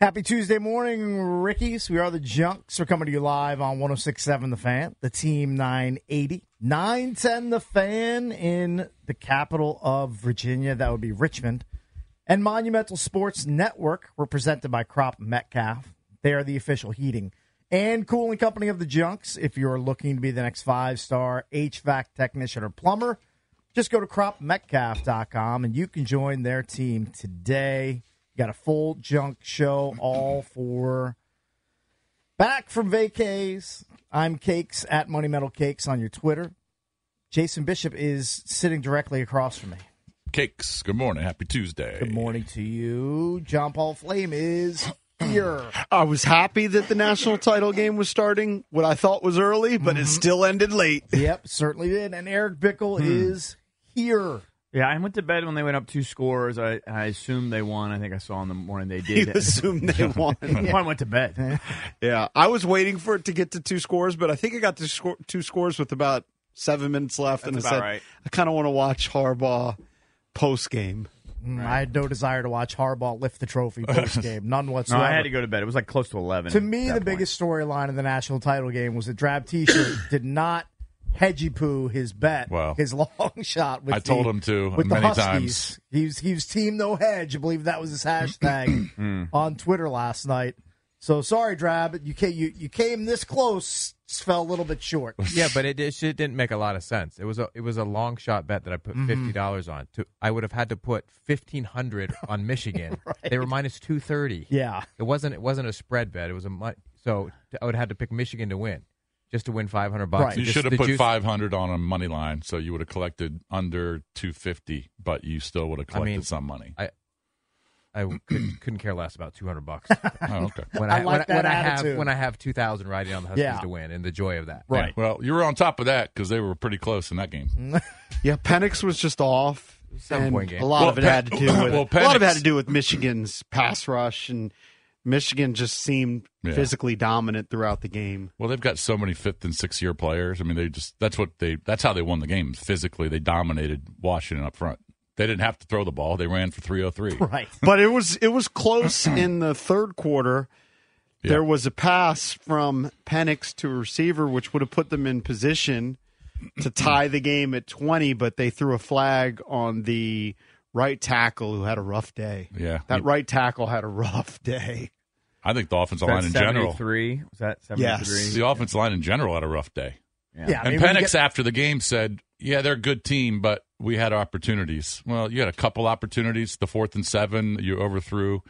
Happy Tuesday morning, Rickies. We are the Junks. We're coming to you live on 1067 The Fan, the team 980, 910 The Fan in the capital of Virginia. That would be Richmond. And Monumental Sports Network, We're presented by Crop Metcalf. They are the official heating and cooling company of the Junks. If you're looking to be the next five star HVAC technician or plumber, just go to cropmetcalf.com and you can join their team today. You got a full junk show all for back from vacays. I'm Cakes at Money Metal Cakes on your Twitter. Jason Bishop is sitting directly across from me. Cakes. Good morning. Happy Tuesday. Good morning to you. John Paul Flame is here. I was happy that the national title game was starting what I thought was early, but Mm-hmm. it still ended late. yep, certainly did. And Eric Bickle Hmm. is here. Yeah, I went to bed when they went up two scores. I, I assumed they won. I think I saw in the morning they You did. assume they won. I went to bed. Yeah, I was waiting for it to get to two scores, but I think I got to score, two scores with about seven minutes left, and I That's said about right. I kind of want to watch Harbaugh post game. Mm, I had no desire to watch Harbaugh lift the trophy post game. None No, whatsoever. I had to go to bed. It was like close to eleven. To me, at the that point. biggest storyline of the national title game was that Drab T-shirt did not hedgy poo his bet, Wow. his long shot. With I the- told him to with the many Huskies. He was he was team no hedge. I believe that was his Hmm. hashtag on Twitter last night. So sorry, Drab, you came you, you came this close, just fell a little bit short. Yeah, but it, it shit didn't make a lot of sense. It was a it was a long shot bet that I Mm-hmm. put fifty dollars on. To I would have had to put fifteen hundred on Michigan. They were minus two thirty. Yeah, It wasn't it wasn't a spread bet. It was a mu- so t- I would have had to pick Michigan to win, just to win five hundred bucks. Right. You Just should have the put juice- 500 on a money line, so you would have collected under 250, but you still would have I collected mean, some money. I I could, couldn't care less about two hundred bucks. oh, okay. When I I, like when, I- that when I have attitude. when I have two thousand riding on the Huskies Yeah. to win and the joy of that. Yeah, Well, you were on top of that because they were pretty close in that game. Mm. Yeah, Penix was just off. and Seven-point game. A lot Well, of it Pen- had to do with Well, a lot of it Penix- had to do with Michigan's pass rush, and Michigan just seemed Yeah. physically dominant throughout the game. Well, they've got so many fifth and sixth year players. I mean, they just that's what they that's how they won the game. Physically, they dominated Washington up front. They didn't have to throw the ball. They ran for 303. right. but it was it was close in the third quarter. Yeah. There was a pass from Penix to a receiver, which would have put them in position to tie the game at twenty. But they threw a flag on the right tackle, who had a rough day. Yeah. that right tackle had a rough day. I think the offensive Was line that in general, 73? Was that Yes. seventy-three? the offensive line in general had a rough day. Yeah, I mean, And when you Penix get- after the game said, "Yeah, they're a good team, but we had opportunities. Well, you had a couple opportunities. The fourth and seven, you overthrew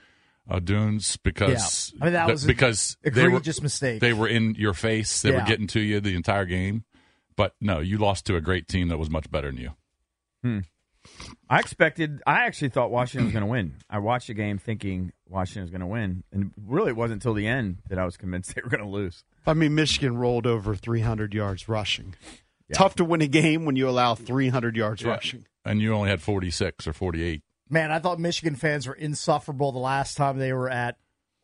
uh, Dunes because Yeah. I mean, that was a because they were, egregious mistake. they were in your face. They Yeah. were getting to you the entire game. But no, you lost to a great team that was much better than you. I expected. I actually thought Washington was going to win. I watched the game thinking Washington was going to win, and really it wasn't until the end that I was convinced they were going to lose. I mean, Michigan rolled over three hundred yards rushing. Tough to win a game when you allow three hundred yards rushing. And you only had forty six or forty eight. Man, I thought Michigan fans were insufferable the last time they were at,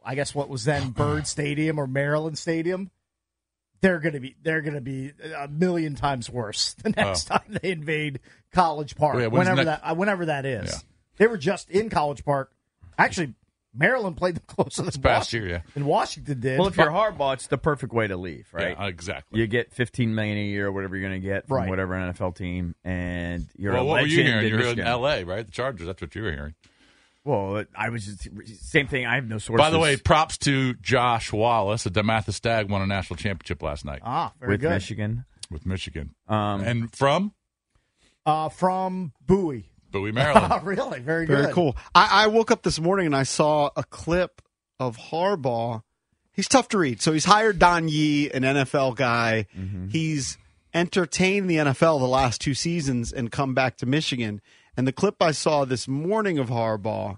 I guess what was Oh, then Bird Stadium or Maryland Stadium. They're gonna be they're gonna be a million times worse the next time they invade College Park, Oh, yeah, when's whenever next- that uh, whenever that is. Yeah. They were just in College Park. Actually, Maryland played them closer this past year, yeah. And Washington did. Well, if you're Harbaugh, it's the perfect way to leave, right? Yeah, exactly. You get 15 million a year, whatever you're going to get from Right. whatever NFL team, and you're well, a what were legend you hearing? in You were in Michigan. L.A., right? The Chargers. That's what you were hearing. Well, I was just same thing. I have no sources. By the way, props to Josh Wallace. The Damathus Stag won a national championship last night ah, very with good. Michigan, with Michigan, um, and from Uh, from Bowie. Bowie, Maryland. Oh, really? Very, Very good. cool. I, I woke up this morning and I saw a clip of Harbaugh. He's tough to read. So he's hired Don Yee, an NFL guy. He's entertained the NFL the last two seasons and come back to Michigan. And the clip I saw this morning of Harbaugh,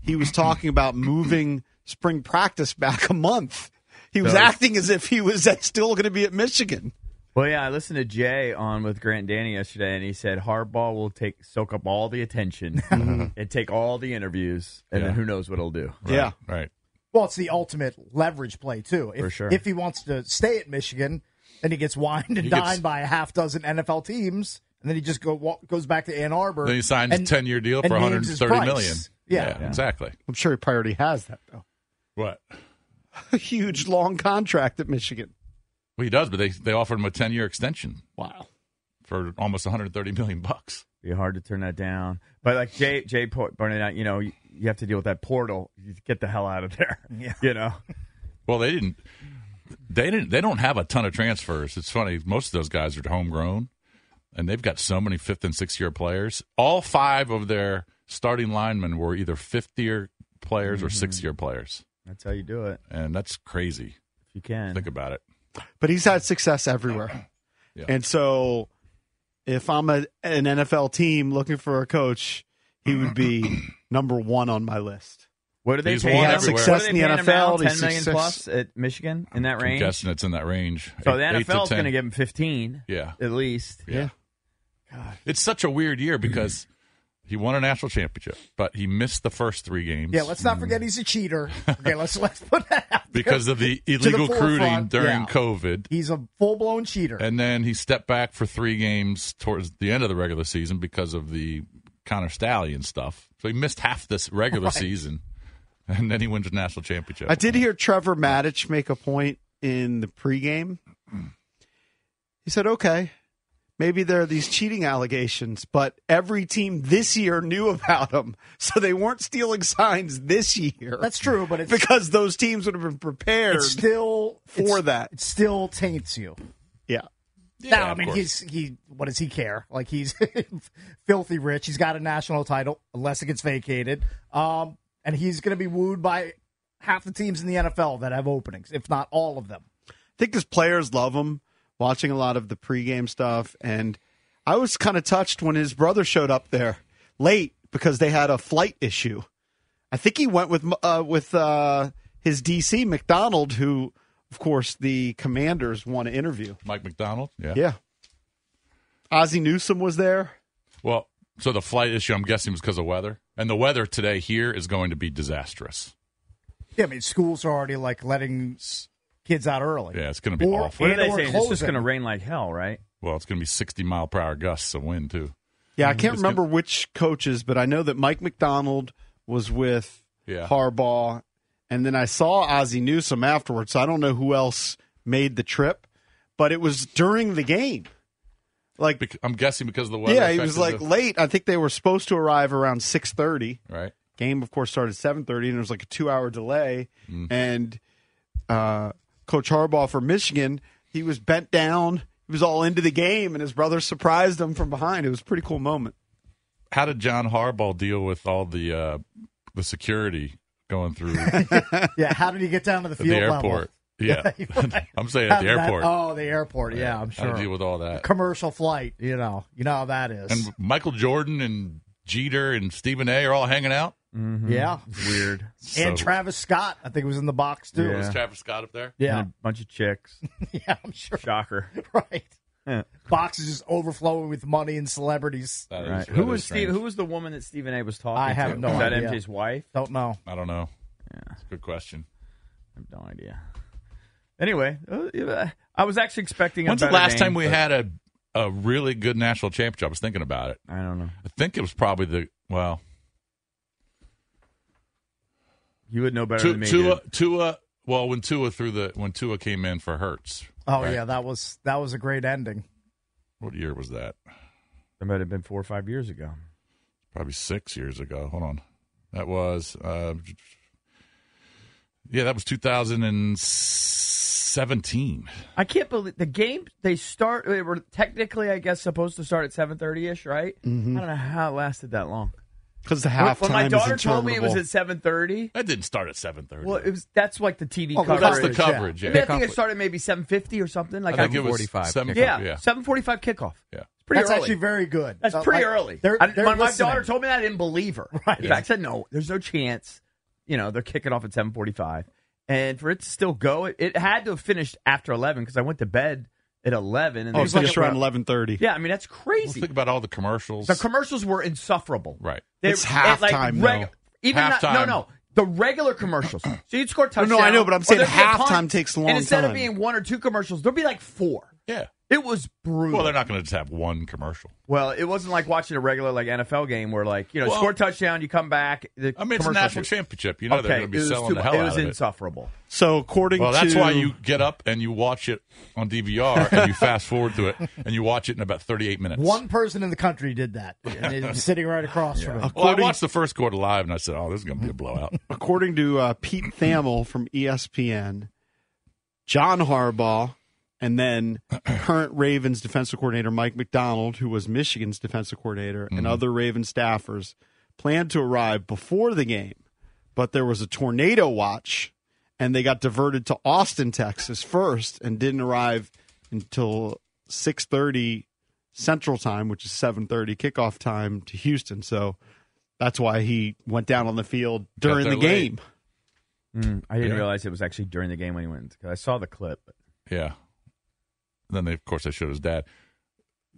he was talking about moving spring practice back a month. He was Does- acting as if he was at- still going to be at Michigan. Well, yeah, I listened to Jay on with Grant Danny yesterday, and he said Harbaugh will take soak up all the attention Mm-hmm. and take all the interviews, and then Yeah. who knows what he'll do. Yeah. right. Well, it's the ultimate leverage play too. If, For sure. If he wants to stay at Michigan, then he gets wined and He gets- dined by a half dozen NFL teams, and then he just go walk, goes back to Ann Arbor. Then he signed a and- ten-year deal and for one hundred names and his thirty price. million. Yeah. exactly. I'm sure he priority has that, though. What? A huge, long contract at Michigan. Well, he does, but they they offered him a ten-year extension Wow. for almost one hundred thirty million bucks. Be hard to turn that down. But like Jay, Jay po- pointed out, you know, you, you have to deal with that portal. You get the hell out of there. Yeah. You know, Well, they didn't. They didn't. They don't have a ton of transfers. It's funny. Most of those guys are homegrown, and they've got so many fifth and sixth year players. All five of their starting linemen were either fifth year players Mm-hmm. or sixth year players, that's how you do it. and that's crazy. If you can. Think about it. but he's had success everywhere. Yeah. And so, if I'm a, an NFL team looking for a coach, he would be number one on my list. What do they He's pay won him? everywhere. What do Success they in the pay him now? NFL, he's Ten million success- plus at Michigan in that I'm range. guessing it's in that range. So the Eight- eight to NFL is 10. going to give him fifteen Yeah. at least. Yeah. It's such a weird year because he won a national championship, but he missed the first three games. Yeah, let's not forget he's a cheater. Okay, let's let's put that out there. because of the illegal recruiting forefront, during yeah. COVID. He's a full blown cheater. And then he stepped back for three games towards the end of the regular season because of the Connor Stallion stuff. So he missed half this regular season, and then he wins a national championship. I did hear Trevor Maddich make a point in the pregame. He said, okay, maybe there are these cheating allegations, but every team this year knew about them. So they weren't stealing signs this year That's true, but it's, because those teams would have been prepared. it's still for it's- that. It still taints you. yeah. Yeah, now, I of mean, course. he's he. What does he care? Like he's filthy rich. He's got a national title, unless it gets vacated. Um, and he's going to be wooed by half the teams in the NFL that have openings, if not all of them. I think his players love him, watching a lot of the pregame stuff. And I was kind of touched when his brother showed up there late because they had a flight issue. I think he went with uh, with uh, his DC McDonald, who, of course, the Commanders want to interview. Mike McDonald. Yeah. Yeah, Ozzie Newsome was there. Well, so the flight issue, I'm guessing, was because of weather, and the weather today here is going to be disastrous. Yeah, I mean, schools are already like letting s- kids out early. Yeah, it's going to be Or- awful. What are And they or saying? It's just closing. going to rain like hell, right? Well, it's going to be 60 mile per hour gusts of wind too. Yeah, I can't remember which coaches, but I know that Mike McDonald was with Yeah. Harbaugh, and then I saw Ozzie Newsome afterwards. So I don't know who else made the trip, but it was during the game. Like, Bec- I'm guessing because of the weather. yeah, he was like affected late. I think they were supposed to arrive around six thirty. the- right. Game, of course, started seven thirty, and there was like a two hour delay. Mm. And uh, Coach Harbaugh for Michigan, he was bent down. He was all into the game, and his brother surprised him from behind. It was a pretty cool moment. how did John Harbaugh deal with all the uh, the security going through Yeah, how did he get down to the the field level? airport? Yeah, I'm saying at the Have that- airport. oh, the airport. Yeah, I'm How sure. to deal with all that? Commercial flight. You know, you know how that is. And Michael Jordan and Jeter and Stephen A. are all hanging out. yeah, Weird. So- and Travis Scott. I think was in the box too. Yeah. is Travis Scott up there. Yeah, And a bunch of chicks. yeah I'm sure. Shocker. Yeah. Right. Box is just overflowing with money and celebrities. That is- Right. that Who is was Steve, strange. Who was the woman that Stephen A. was talking I to? have no was that idea. MJ's wife? Don't know. I don't know. It's a good question. I have no idea. Anyway, uh, yeah, I was actually expecting. a When's the better last name, time we but- had a a really good national championship? I was thinking about it. I don't know. I think it was probably the well. You would know better Tu- than me. Tua, dude. Tua. Well, when Tua threw the when Tua came in for Hertz, Oh Right. yeah, that was that was a great ending. what year was that? That might have been four or five years ago. Probably six years ago. Hold on, that was. Uh, yeah, that was 2017. I can't believe the game. They start. They were technically, I guess, supposed to start at seven thirty ish, right? I don't know how it lasted that long. because the When- halftime when my daughter is told me it was at interminable. seven thirty, That didn't start at 7:30. well, it was that's like the TV Oh, coverage. well, that's the yeah. coverage. I, Yeah, mean, I think it started maybe seven fifty or something. Like I think I- it was 7:45 7:45, yeah, yeah. seven forty five kickoff. Yeah. It's pretty That's early. actually very good. That's So, pretty like, early. They're, I- they're when my listening. daughter told me that, I didn't believe her. Right. In fact, I said, no, there's no chance. You know, they're kicking off at 745. And for it to still go, it, it had to have finished after 11 because I went to bed at 11. And Oh, then- it's just around eleven thirty. Yeah, I mean, that's Well, crazy. think about all the commercials. the commercials were insufferable. right. It's and, halftime, though. Even not- Halftime. no, no. The regular commercials. So you'd score touchdown. no, I know, but I'm or saying there'd be a halftime punt, takes a long And instead of time. being one or two commercials, there'd be like four. Yeah. It was brutal. Well, they're not going to just have one commercial. Well, it wasn't like watching a regular like NFL game where like you know Well- score a touchdown, you come back. The I mean, it's a commercial national shoot. championship. You know they're okay, going to it be was selling too the mu- hell It was out of it. insufferable. So according Well, that's to why you get up and you watch it on DVR and you fast forward through it and you watch it in about 38 minutes. One person in the country did that, and it's sitting right across from him. well, I watched the first quarter live and I said, oh, this is going to be a blowout. according to uh, Pete Thamel from E ESPN, John Harbaugh, and then current Ravens defensive coordinator Mike McDonald, who was Michigan's defensive coordinator, and Mm-hmm. other Raven staffers planned to arrive before the game, but there was a tornado watch, and they got diverted to Austin, Texas first, and didn't arrive until six thirty Central Time, which is seven thirty kickoff time to Houston. So. That's why he went down on the field during there the late. game. Mm, I didn't Yeah. realize it was actually during the game when he went because I saw the clip. yeah. Then, they, of course, they showed his dad.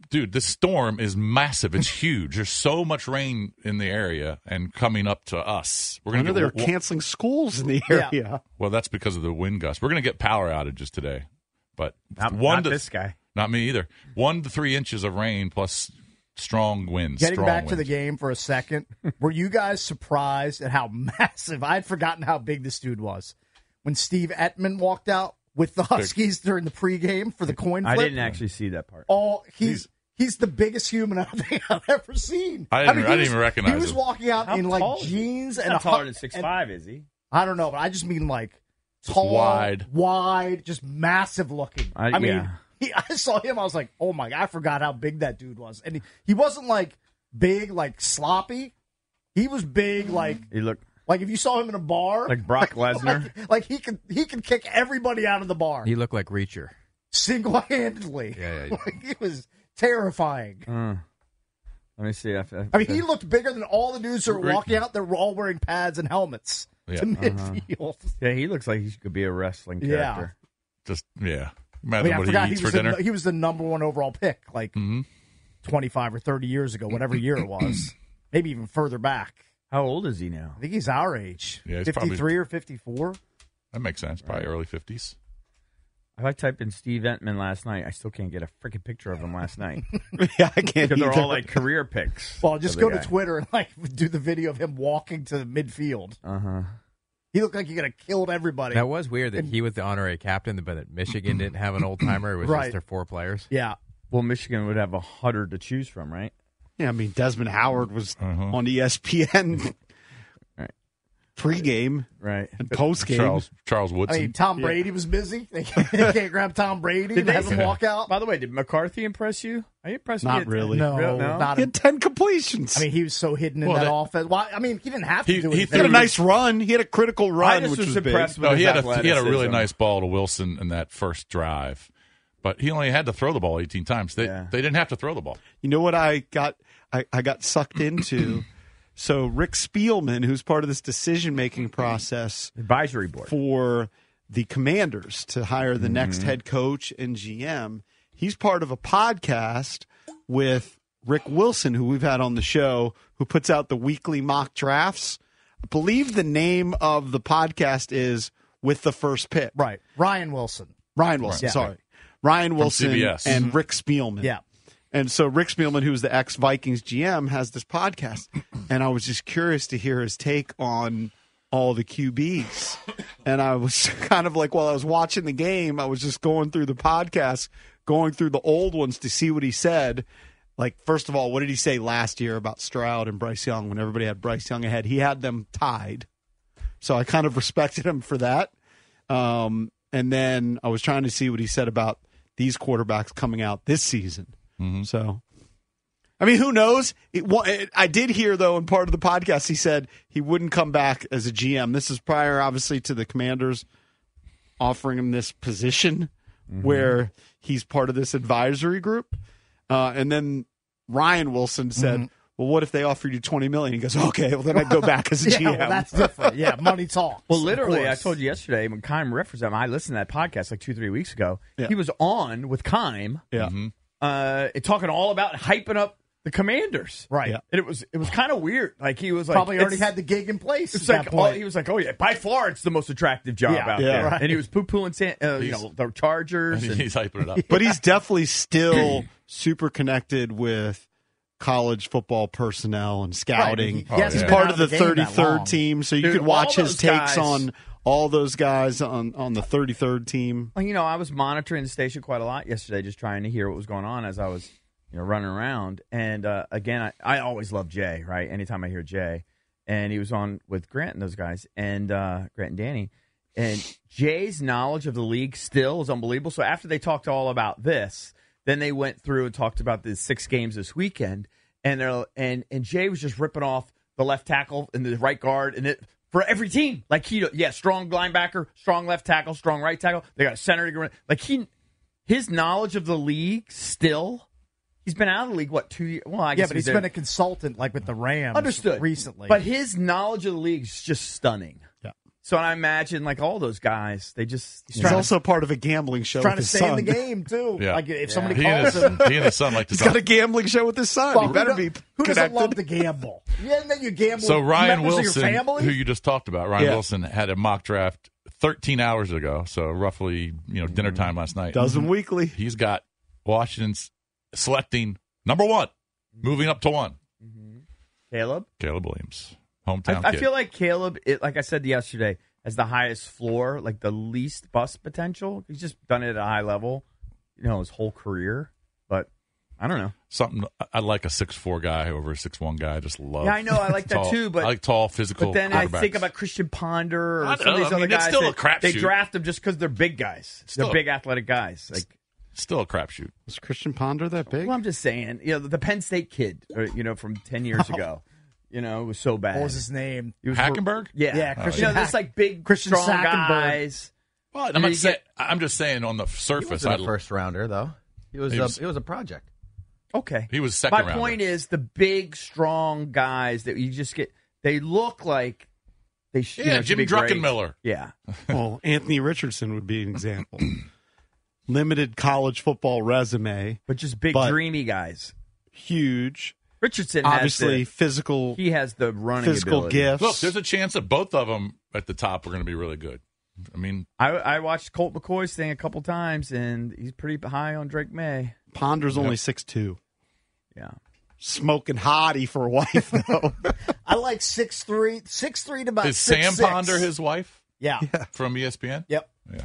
Dude, this storm is massive. It's huge. There's so much rain in the area and coming up to us. We're I going know to they were get canceling schools in the area. Well, that's because of the wind gusts. We're going to get power outages today, but Not, one not to this guy. not me either. One to three inches of rain plus strong winds. Getting strong back to the winds. game for a second, were you guys surprised at how massive? I'd forgotten how big this dude was when Steve Etman walked out with the Huskies during the pregame for the coin flip. I didn't actually see that part. all he's he's the biggest human I think I've ever seen. I didn't- mean, I he didn't even recognize He was him. walking out How in tall like is he? jeans He's and a not taller than hu- six and- five, is he? I don't know, but I just mean like tall, wide. wide, just massive looking. I- I, mean, yeah. he, I saw him. I was like, oh my! I forgot how big that dude was, and he, he wasn't like big, like sloppy. He was big, like He looked like if you saw him in a bar, like Brock Lesnar. like, like he could he could kick everybody out of the bar He looked like Reacher. single handedly. Yeah, yeah, yeah. like, it was terrifying. Uh, let me see. If, if, I mean, he looked bigger than all the dudes that were walking out. They were all wearing pads and helmets Yeah. to midfield. yeah, he looks like he could be a wrestling Yeah. character. Just yeah. I, Imagine mean, I what forgot he he eats was, for dinner. the, he was the number one overall pick, like Mhm. 25 or 30 years ago, whatever year it was. Maybe even further back. How old is he now? I think he's our age. Yeah, he's 53 probably- or 54. That makes sense. Probably early fifties. I typed in Steve Entman last night. I still can't get a freaking picture of him last night. yeah, I can't. Because they're either. all like career picks. Well, just of the go to guy. Twitter and like do the video of him walking to midfield. Uh-huh. He looked like he could have killed everybody. That was weird that he was the honorary captain, but that Michigan didn't have an old timer. It was Right. just their four players. yeah. Well, Michigan would have a hundred to choose from, right? yeah, I mean Desmond Howard was on E ESPN Mm-hmm. Right. pregame Right. and postgame. Charles Charles I Woodson. mean, Tom Brady was busy. They can't, they can't grab Tom Brady and they- have him walk out. By the way, did McCarthy impress you? Are you impressed? Not with- really. No, Real- no? not He a had ten completions. I mean, he was so hidden in Well, that, that- offense. Well, I mean, he didn't have to He- do he anything. he had a nice run. He had a critical I run, just which was was impressed big. with no, he his had a he had a really athleticism. nice ball to Wilson in that first drive, but he only had to throw the ball eighteen times. They Yeah. they didn't have to throw the ball. You know what I got? I, I got sucked into. so Rick Spielman, who's part of this decision making Mm-hmm. process, advisory board. for the commanders to hire the next head coach and GM. He's part of a podcast with Rick Wilson, who we've had on the show, who puts out the weekly mock drafts. I believe the name of the podcast is With the First Pick. right. Ryan Wilson. Ryan Wilson, Yeah. sorry. Ryan Wilson CBS. and Rick Spielman. Yeah. And so Rick Spielman, who's the ex Vikings GM, has this podcast. And I was just curious to hear his take on all the QBs. and I was kind of like, while I was watching the game, I was just going through the podcast, going through the old ones to see what he said. Like, first of all, what did he say last year about Stroud and Bryce Young when everybody had Bryce Young ahead? He had them tied. So I kind of respected him for that. Um, and then I was trying to see what he said about these quarterbacks coming out this season. Mm-hmm. So, I mean, who knows? It, wa- it, I did hear though in part of the podcast he said he wouldn't come back as a GM. This is prior, obviously, to the Commanders offering him this position Mm-hmm. where he's part of this advisory group. Uh, and then Ryan Wilson said, Mm-hmm. "Well, what if they offered you twenty million? He goes, "Okay, well then I'd go back as a Yeah, GM." well, that's different. Yeah, money talks. Well, of literally, I course. told you yesterday when Kime referenced him, I listened to that podcast like two, three weeks ago. Yeah. He was on with Kime, yeah. uh, talking all about hyping up the Commanders. Right. Yeah. And it was it was kind of weird. Like he was like Probably already it's- had the gig in place. It's at like that oh, point. he was like, oh yeah, by far it's the most attractive job Yeah, out yeah, there, right. and he was poo pooing, San- uh, you He's- know, the Chargers. And, He's hyping it up. but he's definitely still super connected with college football personnel and scouting. Right, he- yes, he's he's been part out of the, of the game that 33rd long. team, so you Dude, could watch all his those takes guys- on all those guys on on the 33rd team. Well, you know, I was monitoring the station quite a lot yesterday, just trying to hear what was going on as I was, you know, running around. And uh, again, I, I always love Jay, right? Anytime I hear Jay, and he was on with Grant and those guys, and uh, Grant and Danny, and Jay's knowledge of the league still is unbelievable. So after they talked all about this, then they went through and talked about the six games this weekend, and they're, and and Jay was just ripping off the left tackle and the right guard and it for every team. Like he, yeah, strong linebacker, strong left tackle, strong right tackle. They got a center. to go in. Like he, his knowledge of the league still. He's been out of the league what two years? Well, I guess yeah, but he's there- been a consultant like with the Rams understood recently. But his knowledge of the league is just stunning. Yeah. So I imagine like all those guys, they just He's trying to- also part of a gambling show. trying to with his stay son. in the game too. Yeah. Like if somebody He and, calls his, him, he and his son like to He's talk. got a gambling show with his son. well, he better who be do- who doesn't connected. love to gamble? Yeah, and then you gamble. So with Ryan members of your Wilson, family? who you just talked about, Ryan Yeah. Wilson had a mock draft 13 hours ago, so roughly you know Mm-hmm. dinner time last night. Dozen weekly. He's got Washington's selecting number one, moving up to one. Caleb. Caleb Williams, I, hometown I kid. feel like Caleb, it, like I said yesterday, has the highest floor, like the least bust potential. He's just done it at a high level, you know, his whole career. But I don't know. something I- I like a six four guy over a six one guy. I just love. Yeah, I know. I like that tall- too, but- I like tall physical. But then I quarterbacks. think about Christian Ponder I or some know, of these I other mean, it's guys. still a that- they crapshoot. draft them just because they're big guys. Still. They're big athletic guys. Like, still a crapshoot. Was Christian Ponder that big? well, I'm just saying, you know, the Penn State kid, or, you know, from ten years ago, you know, it was so bad. what was his name? He was- Hackenberg. Yeah, Yeah, Christian You know, there's Hack- like big, Christian strong Sackenberg. guys. Well, I'm oh, You not saying. get- I'm just saying on the He surface. wasn't I- a first rounder though. It was, He was- a, it was a project. Okay. He was second My rounder. point is the big, strong guys that you just get. They look like they should. yeah, you know, should Jimmy be great. Druckenmiller. Yeah, Well, Anthony Richardson would be an example. Limited college football resume, but just big, But- dreamy guys. huge. Richardson Obviously, has physical the, he has the running physical ability. gifts. Look, there's a chance that both of them at the top are going to be really good. I mean, I, I watched Colt McCoy's thing a couple times, and he's pretty high on Drake May. Ponder's only six two. Yeah, Smoking hottie for a wife though. I like six three, six three Uh, to about is six, Sam six. Ponder his wife Yeah. from E ESPN? Yep. Yeah.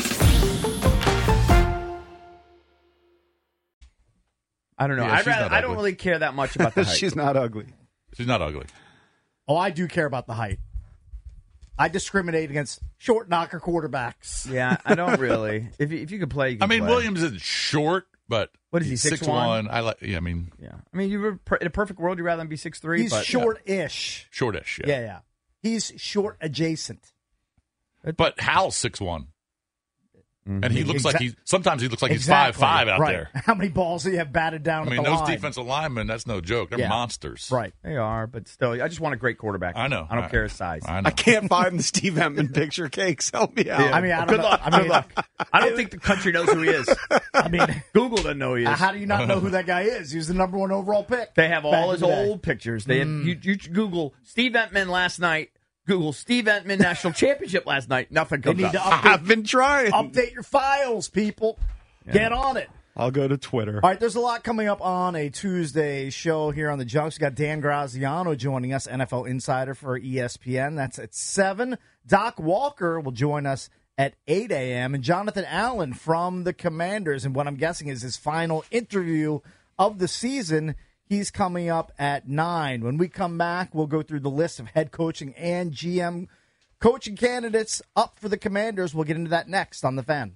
I don't know. Yeah, I she's not rather, I don't ugly. really care that much about the height. She's not ugly. She's not ugly. Oh, I do care about the height. I discriminate against short knocker quarterbacks. yeah, I don't really. If you- if you could play, you I can mean, play. Williams is short, but What is he, he's 6'1"? I like. Yeah, I mean, Yeah, I mean, you were per- in a perfect world, you'd rather than be six three. He's but, short-ish. shortish. Yeah. yeah, He's short adjacent. But Hal's six one. and he looks like Exact- he's sometimes he looks like he's five Mm-hmm. Exactly. five out right. there. How many balls do you have batted down I at mean, the those line? defensive linemen, that's no joke. They're Yeah. monsters. Right. They are, but still, I just want a great quarterback. I know. I don't care his size. I know. I can't find the Steve Hemman picture cakes. Help me out. I mean, I don't know. I mean, I don't think the country knows who he is. I mean, Google doesn't know who he is. Uh, how do you not know who that guy is? He was the number one overall pick. They have all back his in the day. Mm. old pictures. They have, you, you Google Steve Entman last night. Google Steve Entman national championship last night. Nothing They comes need to up. update, I've been trying. update your files, people. Get on it. I'll go to Twitter. All right, there's a lot coming up on a Tuesday show here on the Junks. We got Dan Graziano joining us, NFL insider for E ESPN. That's at seven. Doc Walker will join us at eight a.m. and Jonathan Allen from the Commanders, and what I'm guessing is his final interview of the season. He's coming up at nine. When we come back, we'll go through the list of head coaching and GM coaching candidates up for the Commanders. We'll get into that next on the fan.